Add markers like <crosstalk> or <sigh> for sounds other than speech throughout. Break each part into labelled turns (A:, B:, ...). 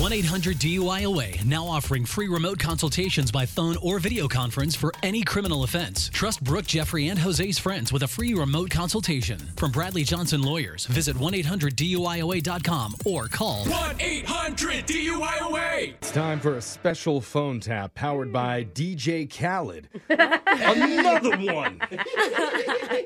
A: 1 800 DUIOA now offering free remote consultations by phone or video conference for any criminal offense. Trust Brooke, Jeffrey, and Jose's friends with a free remote consultation. From Bradley Johnson Lawyers, visit 1 800 DUIOA.com or call
B: 1 800 DUIOA.
C: It's time for a special phone tap powered by DJ Khaled. <laughs> Another one.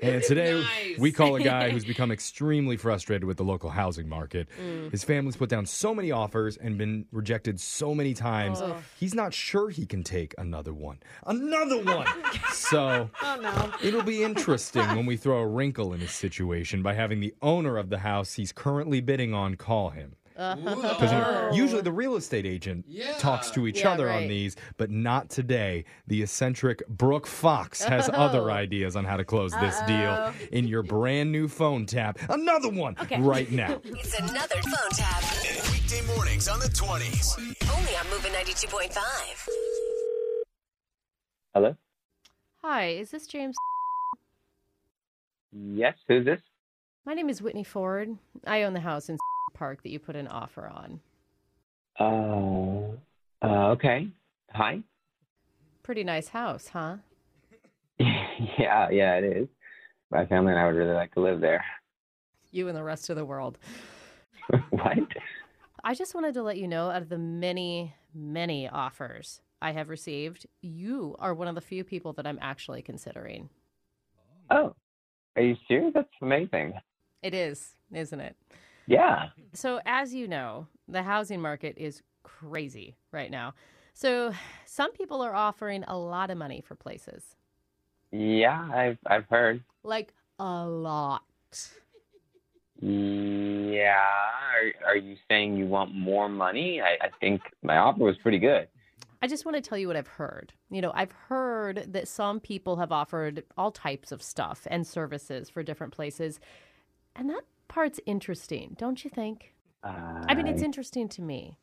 C: And today we call a <laughs> guy who's become extremely frustrated with the local housing market. His family's put down so many offers and been rejected so many times. He's not sure he can take another one. Another <laughs> one. so it'll be interesting when we throw a wrinkle in his situation by having the owner of the house he's currently bidding on call him. Because usually the real estate agent talks to each
D: Yeah,
C: other on
D: right.
C: these, but not today. The eccentric Brooke Fox
D: <laughs>
C: has
D: Oh.
C: other ideas on how to close this deal in your brand new phone tap. Another one right now.
E: It's another phone tap.
F: Weekday mornings on the 20s.
E: Only on Moving 92.5.
G: Hello?
D: Hi, is this James?
G: Yes, who's this?
D: My name is Whitney Ford. I own the house in <laughs> Park that you put an offer on.
G: Uh, uh, okay. Hi. <laughs>
D: Pretty nice house, huh?
G: yeah, yeah, it is. My family and I would really like to live there. <laughs>
D: You and the rest of the world.
G: what?
D: I just wanted to let you know out of the many, many offers I have received, you are one of the few people that I'm actually considering.
G: Oh, are you serious? That's amazing.
D: It is, isn't it?
G: Yeah.
D: So, as you know, the housing market is crazy right now. So, <sighs> some people are offering a lot of money for places,
G: Yeah, I've I've heard.
D: like a lot.
G: Yeah. Are are you saying you want more money? I, I think my offer was pretty good.
D: I just want to tell you what I've heard. You know, I've heard that some people have offered all types of stuff and services for different places. And that part's interesting, don't you think?
G: Uh,
D: I mean, it's interesting to me.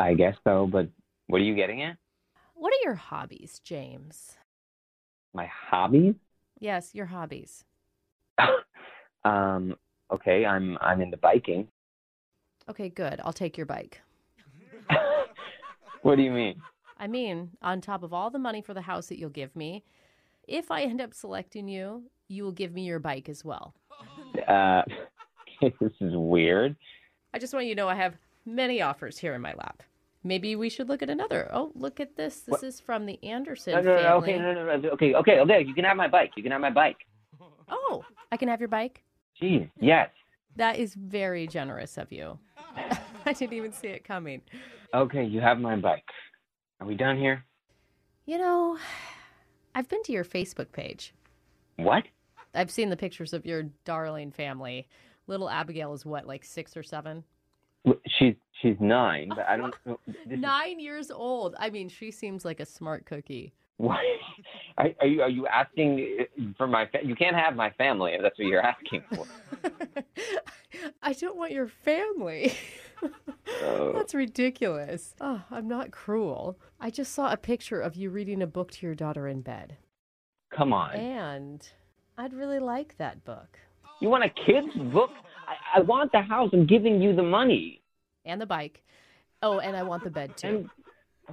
G: I guess so, but what are you getting at?
D: What are your hobbies, James?
G: My hobbies?
D: Yes, your hobbies.
G: um, okay, I'm I'm into biking. <laughs>
D: Okay, good. I'll take your bike.
G: What do you mean?
D: I mean, on top of all the money for the house that you'll give me, if I end up selecting you, you will give me your bike as well.
G: Uh, <laughs> this is weird.
D: I just want you to know I have many offers here in my lap. Maybe we should look at another. Oh, look at this. This is from the Anderson
G: No, no, no,
D: family.
G: okay, no, no, no, okay, okay, okay. You can have my bike. You can have my bike.
D: Oh, I can have your bike?
G: Jeez, yes.
D: That is very generous of you. <laughs> I didn't even see it coming.
G: Okay, you have my bike. Are we done here?
D: You know, I've been to your Facebook page.
G: What?
D: I've seen the pictures of your darling family. Little Abigail is what, like six or seven?
G: W- She's she's nine, but I don't know. This is-
D: Nine years old. I mean, she seems like a smart cookie.
G: What? <laughs> Are, are you are you asking uh, for my? Fa- you can't have my family. If that's what you're asking for.
D: <laughs> I don't want your family.
G: Oh.
D: That's ridiculous. Oh, I'm not cruel. I just saw a picture of you reading a book to your daughter in bed.
G: Come
D: Eh.
G: on.
D: And I'd really like that book
G: You want a kid's book? I, I want the house. I'm giving you the money.
D: and the bike. Oh, and I want the bed too.
G: And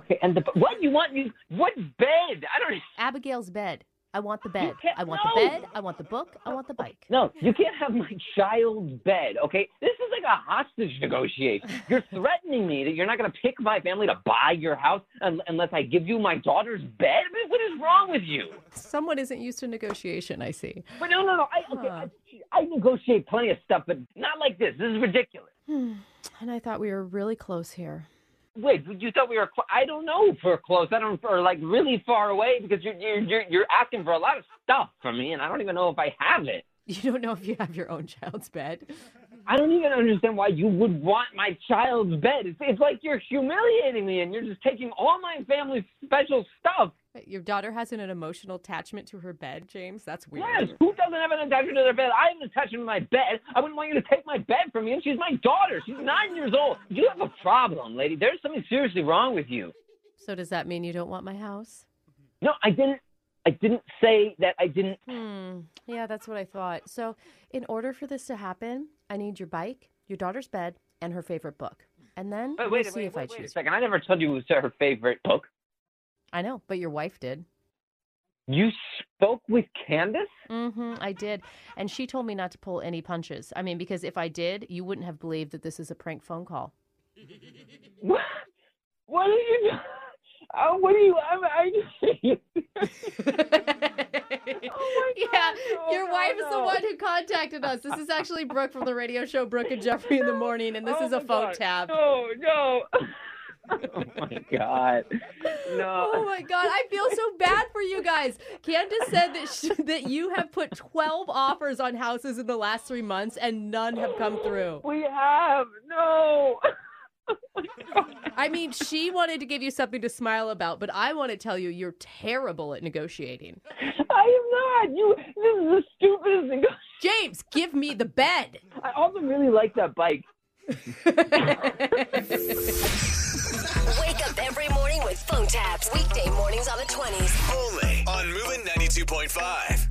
G: okay, and the what you want? You what bed? I don't.
D: Abigail's bed. I want the bed.
G: can't-
D: I want
G: no!
D: the bed. I want the book. I want the bike.
G: No, you can't have my child's bed, okay? This is like a hostage negotiation. You're threatening me that you're not going to pick my family to buy your house un- unless I give you my daughter's bed? I mean, What is wrong with you?
D: Someone isn't used to negotiation, I see.
G: But no, no, no. I, okay, I, I negotiate plenty of stuff, but not like this. This is ridiculous.
D: And I thought we were really close here.
G: Wait, you thought we were, cl- I don't know if we're close. I don't, or like really far away because you're, you're, you're, you're asking for a lot of stuff from me, and I don't even know if I have it.
D: You don't know if you have your own child's bed.
G: I don't even understand why you would want my child's bed. It's, it's like you're humiliating me and you're just taking all my family's special stuff.
D: Your daughter has an, an emotional attachment to her bed, James. That's weird.
G: Yes, who doesn't have an attachment to their bed? I have an attachment to my bed. I wouldn't want you to take my bed from me. And she's my daughter. She's nine years old. You have a problem, lady. There's something seriously wrong with you.
D: So does that mean you don't want my house?
G: No, I didn't. I didn't say that I didn't.
D: Hmm. Yeah, that's what I thought. So, in order for this to happen, I need your bike, your daughter's bed, and her favorite book. And then we'll
G: Wait, wait,
D: see
G: wait,
D: if I
G: wait,
D: choose.
G: wait a second. I never told you it was her favorite book.
D: I know, but your wife did.
G: You spoke with Candace?
D: hmm I did. And she told me not to pull any punches. I mean, because if I did, you wouldn't have believed that this is a prank phone
G: <laughs>
D: call.
G: What? What are you? Uh, what are you? I'm, <laughs> I,
D: <laughs> yeah,
G: Oh no,
D: your
G: no,
D: wife is the
G: no.
D: one who contacted us. This is actually Brooke from the radio show Brooke and Jeffrey
G: <laughs>
D: in the Morning, and this
G: Oh
D: is a
G: my
D: phone
G: God. <laughs>
D: tab.
G: no, no. oh my god. No.
D: <laughs> Oh my god, I feel so bad for you guys. Candace said that sh- <laughs> that you have put 12 offers on houses in the last 3 months and none have come through.
G: We have no. <laughs>
D: I mean, she wanted to give you something to smile about, but I want to tell you you're terrible at negotiating.
G: I am not. You. This is the stupidest thing. <laughs>
D: James, give me the bed.
G: I also really like that bike.
E: Wake up every morning with phone taps. Weekday mornings on the 20s.
F: Only on Moving 92.5.